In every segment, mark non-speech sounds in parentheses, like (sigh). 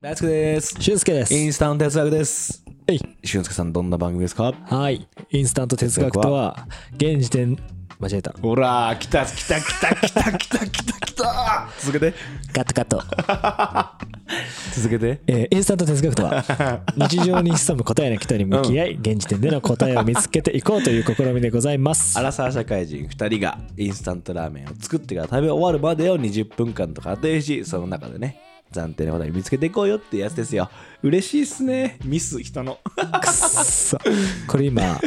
大輔です。俊介です。インスタント哲学です。えい俊介さん、どんな番組ですかはい。インスタント哲学とは、現時点、間違えた。ほら、来た、来た、来た、来た、来た、来た、来た。続けて、カットカット。続けて。えーインスタント哲学 (laughs) とは、日常に潜む答えの人に向き合い、現時点での答えを見つけていこうという試みでございますア。ラサー社会人2人がインスタントラーメンを作ってから食べ終わるまでを20分間と仮定し、その中でね、暫定の答えを見つけていこうよってやつですよ。嬉しいっすね。ミス、人の。くっそ。これ今、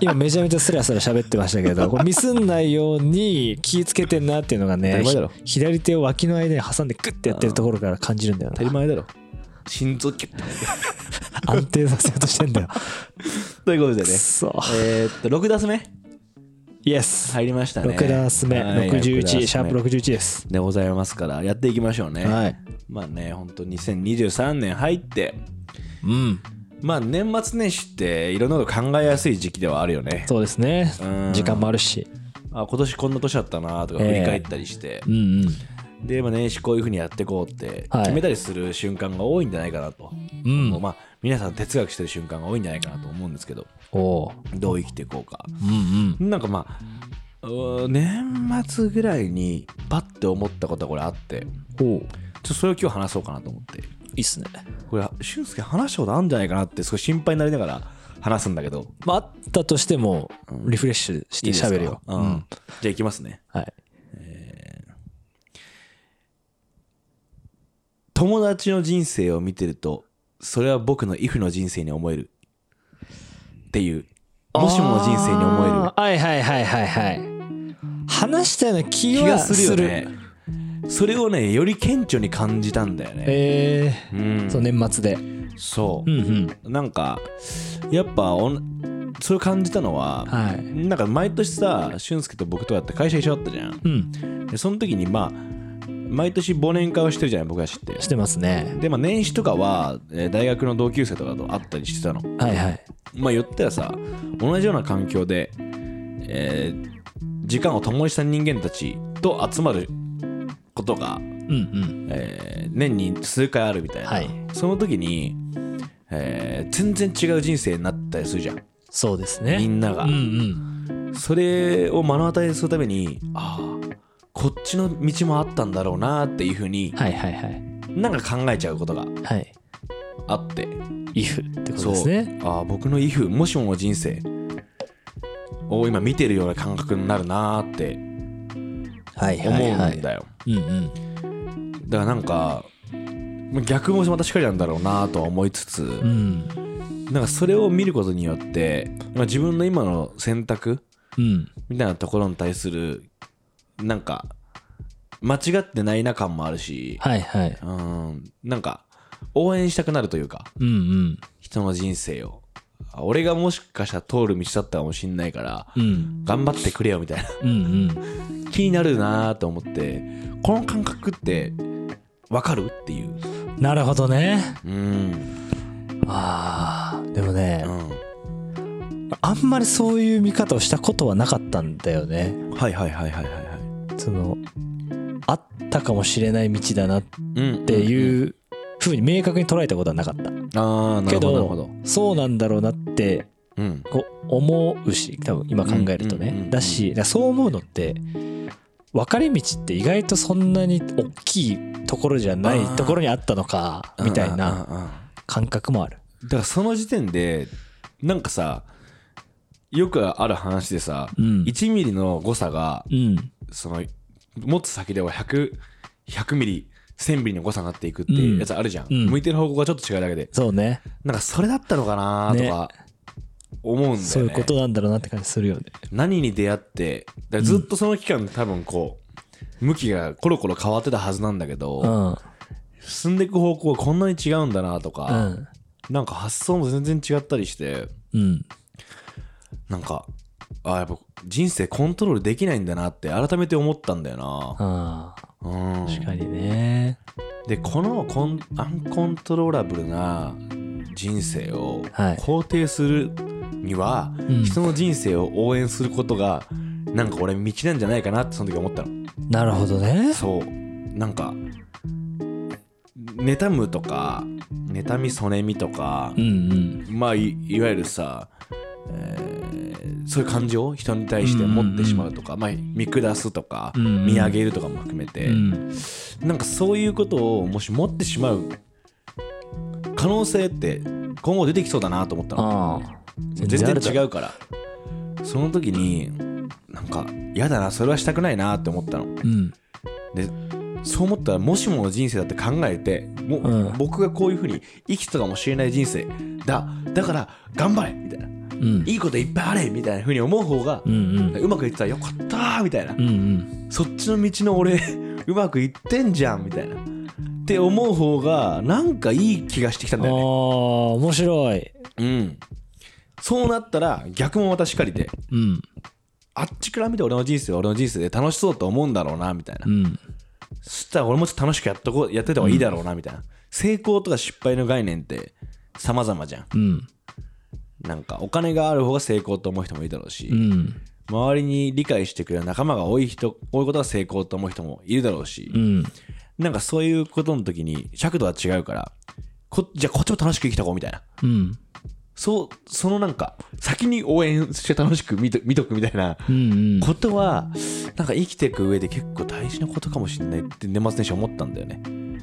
今めちゃめちゃスラスラ喋ってましたけど、これミスんないように気ぃつけてんなっていうのが当たねり前だろ、ひ左手を脇の間に挟んでグッてやってるところから感じるんだよ当たりな。前だろ。心臓キュッて。安定させようとしてんだよ。ということでねくっ、そ。えーっと、6打数目イエス。入りましたね。 6ダース目、はい六ダース目61、シャープ61です。でございますからやっていきましょうね、はいまあねほんと2023年入ってうん。まあ年末年始っていろんなこと考えやすい時期ではあるよねそうですねうん。時間もあるし。あ今年こんな年だったなとかええ振り返ったりして、うんうん。で、まあ、年始こういうふうにやっていこうってはい決めたりする瞬間が多いんじゃないかなと、うんもまあ皆さん哲学してる瞬間が多いんじゃないかなと思うんですけどおう。どう生きていこうかうんうん。なんかまあうー年末ぐらいにパッて思ったことがこれあっておう。ちょっとそれを今日話そうかなと思っていいっすね。これ俊介話したことあるんじゃないかなってすごい心配になりながら話すんだけどまあ、あったとしても、リフレッシュしいていですか喋るよ。うんじゃあいきますねはい。友達の人生を見てるとそれは僕の if の人生に思えるっていうもしもの人生に思えるあーはいはいはいはいはい。話したような気気はがすする。るよねそれをねより顕著に感じたんだよね、えうんー、そう、年末で。そうう、んうん。なんかやっぱおんそれを感じたのは、はい。なんか毎年さ俊介と僕とやって会社一緒だったじゃんうん。でその時にまあ毎年忘年会をしてるじゃない僕たちってしてますね。でまあ年始とかは、えー大学の同級生とかと会ったりしてたのはいはい。まあ言ったらさ同じような環境で、えー時間を共にした人間たちと集まることが、うんうん。えー年に数回あるみたいな、はいその時に、えー全然違う人生になったりするじゃんそうですみね。んなが、うんうん。それを目の当たりにするためにああこっちの道もあったんだろうなっていうふうにはいはいはい。なんか考えちゃうことがはい。あってイフってことですね。ああ僕の if もしもの人生を今見てるような感覚になるなーってはい思うんだよ、うんうん。だからなんかまあ逆もまたしかりなんだろうなとは思いつつ、うん。なんかそれを見ることによって、まあ、自分の今の選択うん。みたいなところに対するなんか間違ってないな感もあるし、はいはい。うんなんか応援したくなるというかうんうん。人の人生をあ俺がもしかしたら通る道だったかもしんないからうん。頑張ってくれよみたいな (laughs) うんうん。気になるなーと思ってこの感覚ってわかるっていうなるほどね。うんああ。でもねう、んあんまりそういう見方をしたことはなかったんだよね。はいはいはいはいはいはいその、あったかもしれない道だなっうんってうんいうふうに明確に捉えたことはなかった。ああなけるほどなるほどど、そうなんだろうなって、うん、こう思うし、多分今考えるとうんうんうんうねん。だし、だからそう思うのって、分かれ道って意外とそんなに大きいところじゃないところにあったのか、みたいな。うんうんうんうん感覚もある。だからその時点でなんかさよくある話でさ、うん1ミリの誤差がうん。そのもっと先では100 100ミリ1000ミリの誤差になっていくっていうやつあるじゃん、うん向いてる方向がちょっと違うだけでそうね。なんかそれだったのかなとか思うんだよねそういうことなんだろうなって感じするよね。何に出会ってだからずっとその期間多分こう向きがコロコロ変わってたはずなんだけど、うん。うん。進んでいく方向がこんなに違うんだなとか、なんか発想も全然違ったりしてうん。なんかあやっぱ人生コントロールできないんだなって改めて思ったんだよな、ああ。うん、確かにね。でこのコンアンコントローラブルな人生をはい肯定するには、ん人の人生を応援することがなんか俺道なんじゃないかなってその時思ったのなるほどね。そうなんか妬むとか妬みそねみとかう、んまあいいわゆるさ、えーそういう感情を人に対して持ってしまうとか、まあ、見下すとか、うんうん見上げるとかも含めて、うんうんなんかそういうことをもし持ってしまう可能性って今後出てきそうだなと思ったのああ全あ然るだろ違うからその時になんか嫌だなそれはしたくないなって思ったのうんでそう思ったらもしもの人生だって考えても、ううん僕がこういうふうに生きてたかもしれない人生だだから頑張れみたいなうんいいこといっぱいあれみたいなふうに思う方がう、んうんうまくいってたらよかったーみたいな、うんうんそっちの道の俺 (laughs) うまくいってんじゃんみたいなって思う方がなんかいい気がしてきたんああだよね面白いうんそうなったら逆もまたしかりでうんあっちから見て俺の人生は俺の人生で楽しそうと思うんだろうなみたいな、うんそしたら俺もちょっと楽しくやっとこうやってた方がいいだろうなみたいな、成功とか失敗の概念って様々じゃんうんなんかお金がある方が成功と思う人もいるだろうし、うん周りに理解してくれる仲間が多い人多いことが成功と思う人もいるだろうし、うんなんかそういうことの時に尺度は違うからこじゃあこっちも楽しく生きたこうみたいなうんそうそのなんか先に応援して楽しく見と見とくみたいなうんことはなんか生きていく上で結構大事なことかもしれないって年末年始思ったんだよねうん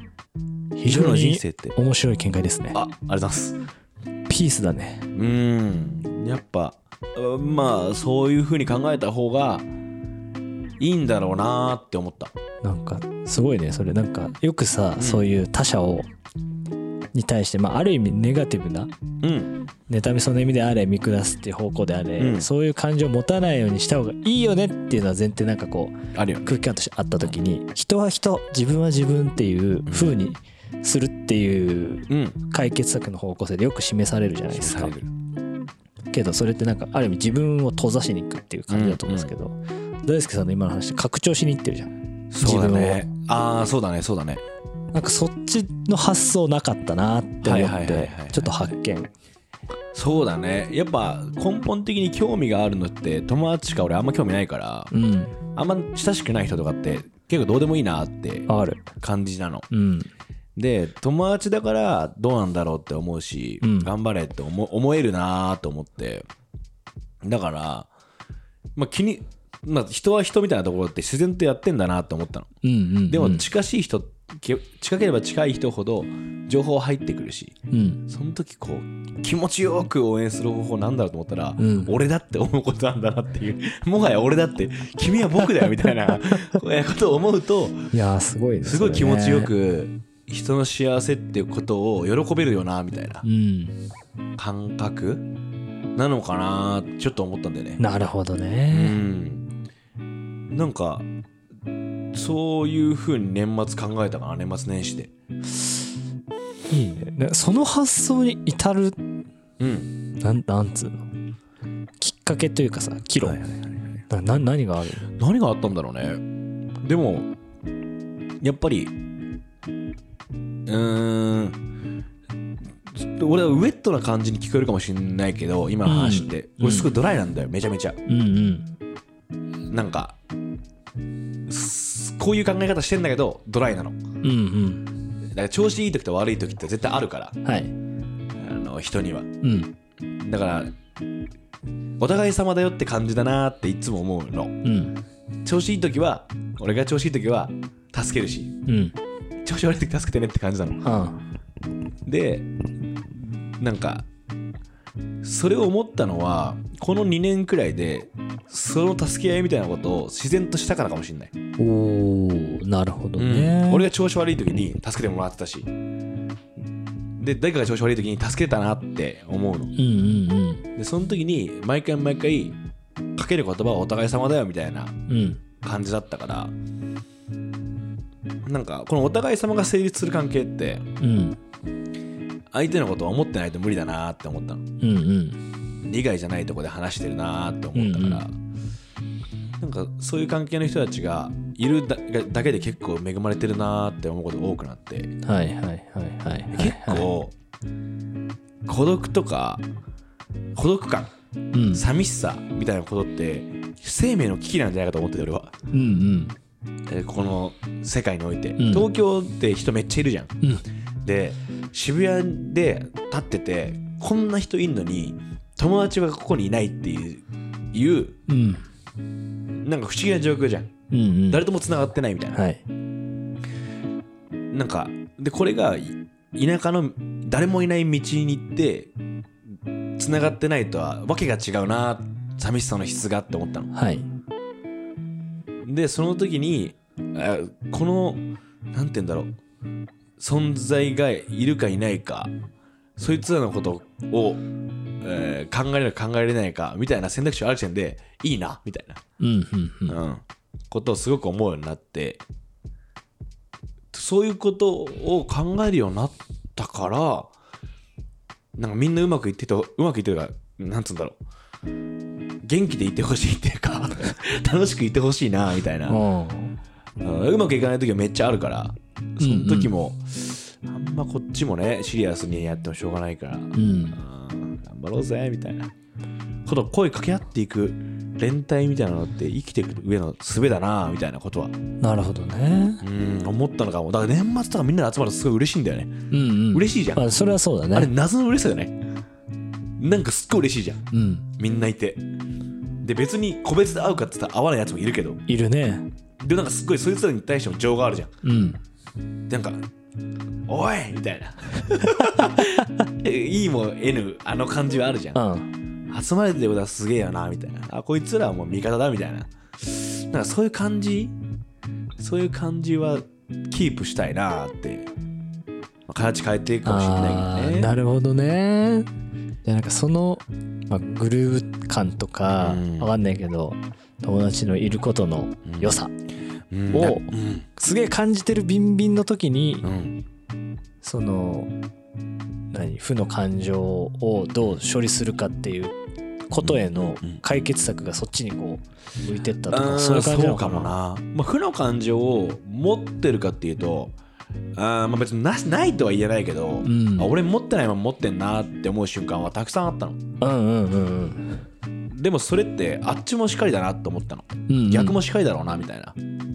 非以上常の人に生って面白い見解ですねあありがとうございますうピースだねーんやっぱあまあそういうふうに考えた方がいいんだろうなーって思ったなんかすごいねそれなんかよくさ、そういう他者をに対して、まあ、ある意味ネガティブなうん妬みその意味であれ見下すっていう方向であれ、うんそういう感情を持たないようにした方がいいよねっていうのは前提なんかこうあるよね空気感としてあった時に人は人自分は自分っていう風にするっていううん解決策の方向性でよく示されるじゃないですかされるけどそれってなんかある意味自分を閉ざしに行くっていう感じだと思うんですけど、大輔さんの今の話で拡張しに行ってるじゃんそうだねああそうだねそうだねなんかそっちの発想なかったなって思はいはいはいはっいてはいちょっと発見そうだねやっぱ根本的に興味があるのって友達しか俺あんま興味ないからうんあんま親しくない人とかって結構どうでもいいなってある感じなのうんで友達だからどうなんだろうって思うし、うん頑張れって思思えるなと思ってだから、まあ、気に、まあ、人は人みたいなところって自然とやってんだなと思ったのうんうんでも近しい人、き近ければ近い人ほど情報入ってくるしうんその時こう気持ちよく応援する方法なんだろうと思ったら、うん俺だって思うことなんだなっていう (laughs) もはや俺だって君は僕だよみたい (laughs) なことを思うといやーすごいねすごい気持ちよそれねく人の幸せっていうことを喜べるよなみたいなうん感覚なのかなってちょっと思ったんだよね。なるほどうねん、なんかそういうふうに年末考えたかな年末年始で。いいねなその発想に至るうん、なんなんつうのきっかけというかさ岐路、はいはいはいはいなな何がある何があったんだろうねでもやっぱりうーんちょっと俺はウェットな感じに聞こえるかもしれないけど今の話って、うん俺すごいドライなんだよめちゃめちゃうんうんなんかすこういう考え方してんだけどドライなのうんうんだから調子いい時と悪い時って絶対あるからはいあの人にはうんだからお互い様だよって感じだなっていつも思うのうん調子いい時は俺が調子いい時は助けるしうん調子悪い時助けてねって感じなのあでなんかそれを思ったのはこの2年くらいでその助け合いみたいなことを自然としたからかもしれない、あおーなるほどね、俺が調子悪い時に助けてもらってたしで誰かが調子悪い時に助けたなって思うのうんうんでその時に毎回毎回かける言葉はお互い様だよみたいなうんうん感じだったからなんかこのお互い様が成立する関係ってうん相手のことを思ってないと無理だなって思ったのうんうん利害じゃないとこで話してるなって思ったから、なんかそういう関係の人たちがいるだだけで結構恵まれてるなって思うことが多くなって、はいはいはいはいはい結構孤独とか孤独感うん寂しさみたいなことって生命の危機なんじゃないかと思ってて俺はうんえーこの世界において、ん東京って人めっちゃいるじゃんうんうんで渋谷で立っててこんな人いんのに友達がここにいないっていういううんなんか不思議な状況じゃんうんうん誰とも繋がってないみたいな、はいなんかでこれがい田舎の誰もいない道に行って繋がってないとはわけが違うな寂しさの質がって思ったのはいでその時にあこのなんて言うんだろう存在がいるかいないかそいつらのことを、えー考えれるか考えれないかみたいな選択肢がある時点でいいなみたいな、うんうんうんうん、ことをすごく思うようになってそういうことを考えるようになったからなんかみんなうまくいってとうまくいってるからなんつうんだろう元気でいてほしいっていうか (laughs) 楽しくいてほしいなみたいな。おーうんうまくいかない時はめっちゃあるからその時も、あんまこっちもねシリアスにやってもしょうがないから、うんうん頑張ろうぜみたいなことを声掛け合っていく連帯みたいなのって生きていく上の術だなみたいなことはなるほどねうん思ったのかもだから年末とかみんなで集まるとすごい嬉しいんだよねうんうん嬉しいじゃん、まあそれはそうあだれね謎の嬉しさだよねなんかすっごい嬉しいじゃんうんみんないてで別に個別で会うかって言ったら会わないやつもいるけどいるねでもなんかすっごいそいつらに対しても情があるじゃんうんなんか「おい!」みたいな (laughs) いいも N あの感じはあるじゃんうん集まれてることはすげえよなみたいなあこいつらはもう味方だみたいななんかそういう感じそういう感じはキープしたいなって、まあ形変えていくかもしれないけどねーなるほどねでなんかその、まあ、グルーヴ感とかうんわかんないけど、友達のいることの良さ、うんおうんすげえ感じてるビンビンの時に、うんその何負の感情をどう処理するかっていうことへのうんうん解決策がそっちにこう向いてったとか、うんそういう感じなそのうかかもなな、まあ、負の感情を持ってるかっていうとあーまあ別になないとは言えないけど、うんあ俺持ってないまま持ってんなって思う瞬間はたくさんあったのうんうんうんでもそれってあっちもしかりだなと思ったのうんうん逆もしかりだろうなみたいな、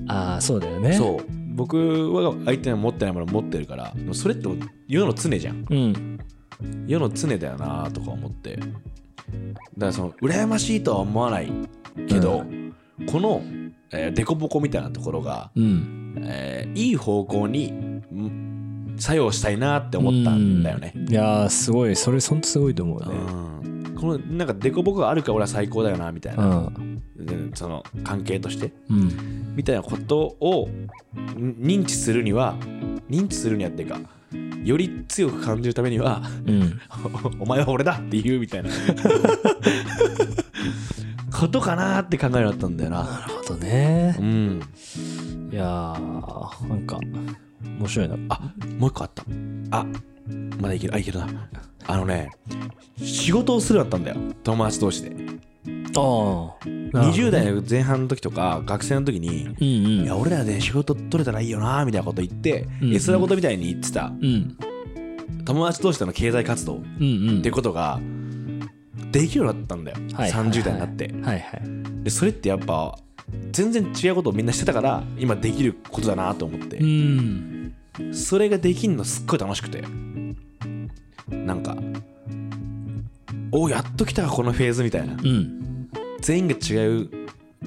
ああそうだよねそう僕は相手の持ってないもの持ってるからでもそれって世の常じゃんう、ん、世の常だよなとか思ってだからその羨ましいとは思わないけど、うこの、えー、デコボコみたいなところが、うん、えーいい方向にん作用したいなって思ったんだよね、うんいやーすごいそれほんとすごいと思ううねんこのなんかデコボコがあるから俺は最高だよなみたいな、うんうんその関係としてうんみたいなことをん認知するには認知するにはっていうかより強く感じるためには (laughs) うんお前は俺だって言うみたい (laughs) なことかなって考えだったんだよななるほどねうんいやーなんか面白いなあもう一個あったあまだいけるあいけるなあのね仕事をするようになったんだよ友達同士であ20代の前半の時とか学生の時にうんいうやん俺らで仕事取れたらいいよなみたいなこと言って、うんえそんなことみたいに言ってたうん友達同士での経済活動っうんうんてことができるようになったんだよ、はい30代になってはいはいでそれってやっぱ全然違うことをみんなしてたから今できることだなと思って、うんそれができんのすっごい楽しくてなんかおやっと来たかこのフェーズみたいなうん全員が違う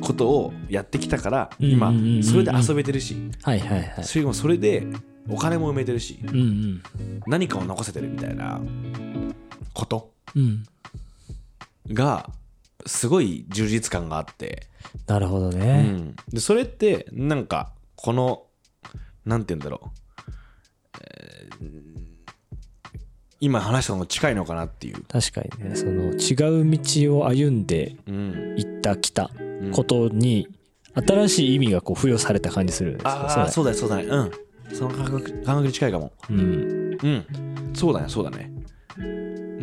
ことをやってきたからうん今うんうんうんそれで遊べてるしはいはいはいそれもそれでお金も埋めてるしうん何かを残せてるみたいなことうんうんがすごい充実感があって、なるほどうねん、でそれってなんかこのなんて言うんだろう、えー今話したのと近いのかなっていう、確かにねその違う道を歩んでうん行った来たうんことに新しい意味がこう付与された感じするんですよああそそうだねそうだねうんその感覚感覚に近いかもうだうんうんそうだねそうだね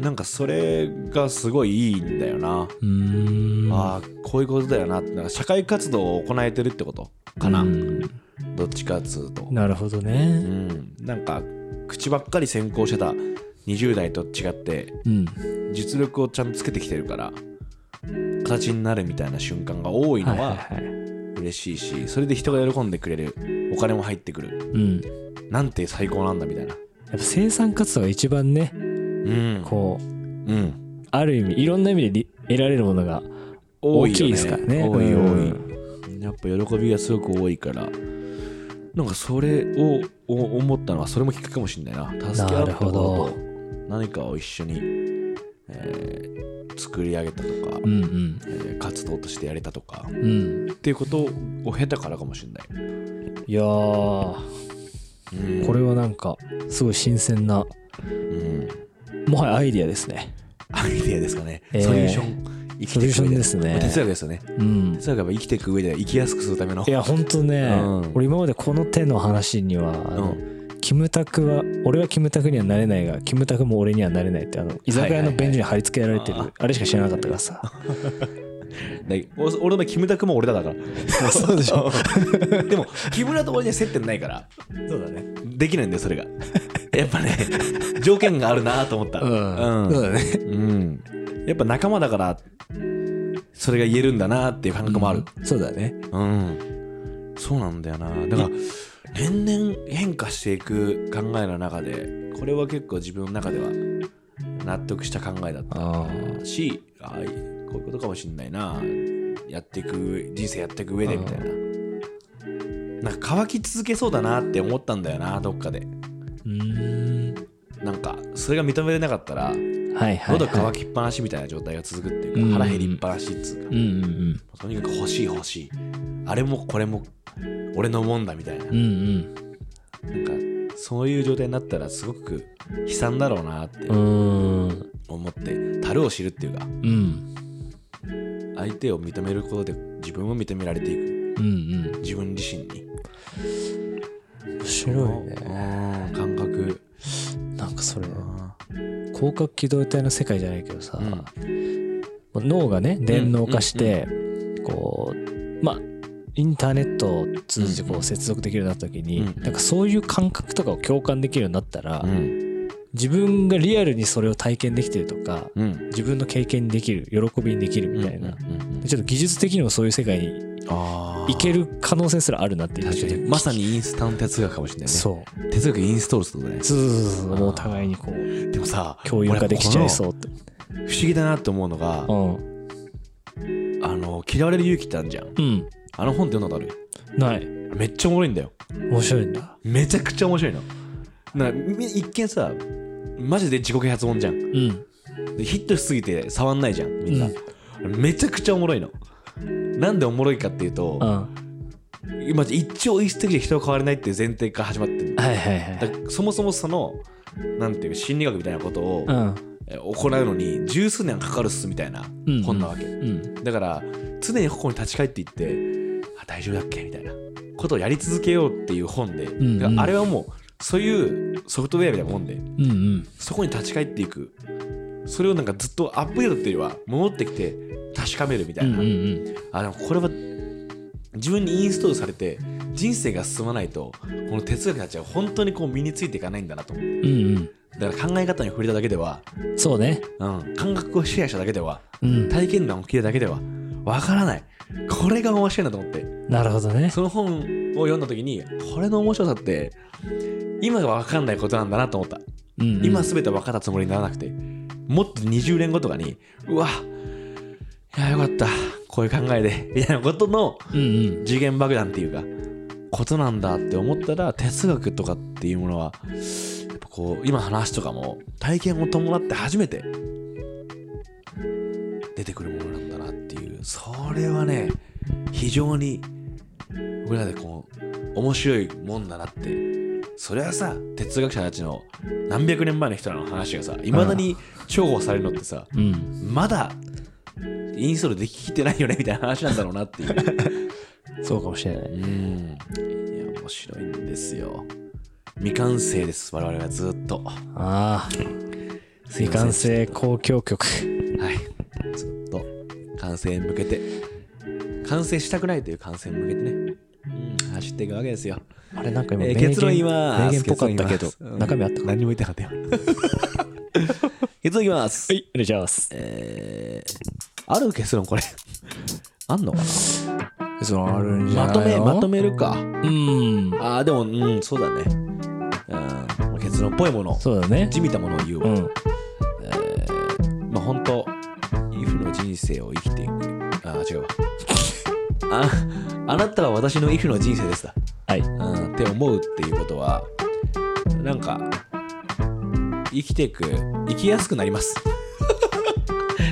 なんかそれがすごいいいんだよな、うーんああこういうことだよなってなんか社会活動を行えてるってことかな、うんどっちかっつうとなるほどうねん、なんか口ばっかり先行してた20代と違ってうん実力をちゃんとつけてきてるから形になるみたいな瞬間が多いのはいいい嬉しいしそれで人が喜んでくれるお金も入ってくるうんなんて最高なんだみたいなやっぱ生産活動が一番ねうんこううんある意味いろんな意味でり得られるものが多いよね大きいですからね多いうん多いやっぱ喜びがすごく多いからなんかそれをお思ったのはそれもきっかけかもしれないな助け合ったことなるほと何かを一緒に、えー作り上げたとか、うんうんえー活動としてやれたとかうんっていうことを経たからかもしれない、いやーこれはなんかすごい新鮮なうんもはやアイディアですねアイデアですかね、えーソリューション生きていくソリューション上でですねまあ哲学ですよねうん哲学はやっぱ生きていく上で生きやすくするためのいやほんとね、うん俺今までこの手の話にはあうの、ん、キムタクは俺はキムタクにはなれないがキムタクも俺にはなれないってあの居酒屋の便所に貼り付けられてる、はいはいあれしか知らなかったからさでお俺のキムタクも俺だだからそうでしょ (laughs) でも木村と俺には接点ないからそうだねできないんだよそれがやっぱね条件があるなと思ったうん、そうだねうんやっぱ仲間だからそれが言えるんだなっていう感覚もある、そうだねうん、そうなんだよなだから年々変化していく考えの中でこれは結構自分の中では納得した考えだっあたしああこういうことかもしんないなやっていく人生やっていく上でみたいななんか乾き続けそうだなって思ったんだよなどっかでうんなんかそれが認めれなかったらはいはい、はい、喉乾きっぱなしみたいな状態が続くっていうか、うん腹減りっぱなしっつうかうんうんとにかく欲しい欲しいあれもこれも俺のもんだみたいな,、うんうなんんかそういう状態になったらすごく悲惨だろうなってうんうん思って樽を知るっていうかうん相手を認めることで自分を認められていくうんうん自分自身に面白いうねん感覚なんかそれあ広角機動隊の世界じゃないけどさ、うんもう脳がね電脳化して、こうまあインターネットを通じてこうんうう接続できるようになった時に、うんなんかそういう感覚とかを共感できるようになったら、うん自分がリアルにそれを体験できてるとかうん自分の経験にできる喜びにできるみたいな、うんうんうんでちょっと技術的にもそういう世界にあー行ける可能性すらあるなっていう確かにまさにインスタント哲学かもしれないねそう哲学インストールすることだそうそうそうそうもうお互いにこうねでもさ共有化できちゃいそううって不思議だなって思うのが、うんあの嫌われる勇気ってあるじゃんうんあの本って読んだことあないるめっちゃおもろいんだよ面白いんだめちゃくちゃ面白いのなんかみ一見さマジで自己啓発本じゃんうんでヒットしすぎて触んないじゃんみんな、うんめちゃくちゃおもろいのなんでおもろいかっていうと、うんまず一朝一夕で人は変われないっていう前提から始まってるのはいはいはだい。からそもそもそのなんていうか心理学みたいなことをうん。え行うのに十数年かかるっすみたいなうん本なわけ、うん。だから常にここに立ち返っていってあ大丈夫だっけみたいなことをやり続けようっていう本で、んだからあれはもうそういうソフトウェアみたいなもんでうんうん。そこに立ち返っていくそれをなんかずっとアップデートっていうよりは戻ってきて確かめるみたういんな、うんあでもこれは自分にインストールされて人生が進まないとこの哲学たちは本当にこう身についていかないんだなと思ううん。うんだから考え方に触れただけでは、うん。そうね。うん、感覚をシェアしただけではうん。体験談を聞いただけではわからないこれが面白いなと思ってなるほどね。その本を読んだ時にこれの面白さって今が分かんないことなんだなと思ったうんうん今全て分かったつもりにならなくてもっと20年後とかにうわいやよかったこういう考えでみたいなことのうんうん。次元爆弾っていうかことなんだって思ったら哲学とかっていうものはやっぱこう今の話とかも体験を伴って初めて出てくるものなんだなっていうそれはね非常に僕らでこう面白いもんだなってそれはさ哲学者たちの何百年前の人らの話がさいまだに重宝されるのってさうん。まだインストールできてないよねみたいな話なんだろうなっていうそうかもしれない。うん。いや、面白いんですよ。未完成です、我々はずっと。ああ。すいませ未ん完成交響曲。はい。ずっと、完成に向けて、完成したくないという完成に向けてね、うん、走っていくわけですよ。あれなんか今えー名言結論言います名言っぽかった結論言いけどますうん中身あったかな。何も言ってなかったよ。 (laughs) 結論いきます。い、お願いします。えー、ある結論これ。あんのか結論あるんじゃなまないとめ、のまとめるか。うん。ああ、でも、うん、そうだね。うん、結結論っぽいものそうだねじみたものを言ううわ、んえーまあ本当イフの人生を生きていくあー違うわああなたは私のイフの人生ですだはいうん、って思うっていうことはなんか生きていく生きやすくなります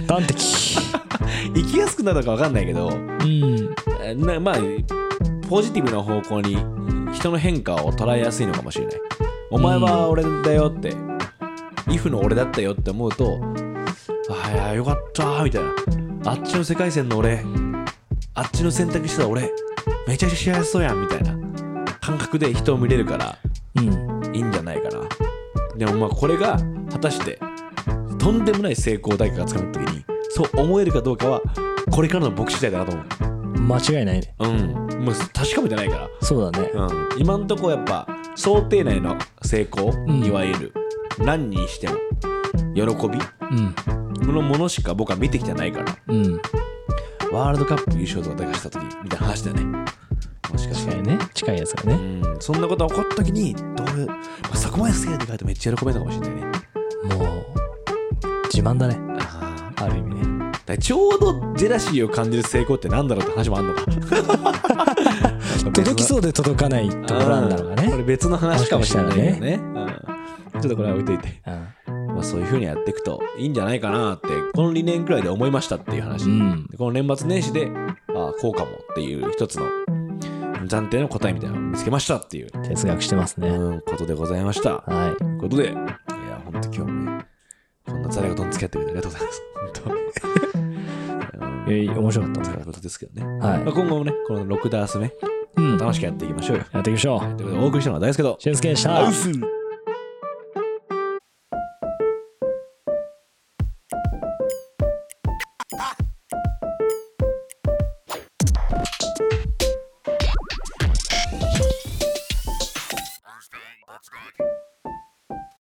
端的生きやすくなるのか分かんないけどうんえなまあポジティブな方向に人の変化を捉えやすいのかもしれないお前は俺だよって、イフの俺だったよって思うとああよかったーみたいなあっちの世界線の俺あっちの選択してた俺めちゃくちゃ幸せそうやんみたいな感覚で人を見れるからうんいいんじゃないかなでもまあこれが果たしてとんでもない成功だけがつかむ時にそう思えるかどうかはこれからの僕次第だなと思う間違いないねうんもう確かめてないかそうだねら、うん、今んとこやっぱ想定内の成功、うんいわゆる何にしても喜びうんのものしか僕は見てきてないからうんワールドカップ優勝とかだかした時みたいな話だよねもしかし近ていね近いやつがうねん、そんなことが起こった時にどういう、まあ、そこまですげえでかいとめっちゃ喜べるのかもしれないねもう自慢だねああある意味ねだからちょうどジェラシーを感じる成功ってなんだろうって話もあんの (laughs) か届きうそうで届かないところなんだろうこれね別の話かもしれないけどもしかねうんちょっとこれは置いといて、まあ、そういう風にやっていくといいんじゃないかなってこの2年くらいで思いましたっていう話、うんでこの年末年始でああこうかもっていう一つの暫定の答えみたいなのを見つけましたっていう、哲学してますねうん、ことでございましたはということでいや本当今日もねこんなざれ言に付き合ってくれてありがとうございます本当うんいえい面白かったということですけどね。はいまあ、今後もね、この6ダース目、うん楽しくやっていきましょうよ。やっていきましょうということで、お送りしたのは大輔と。俊介でした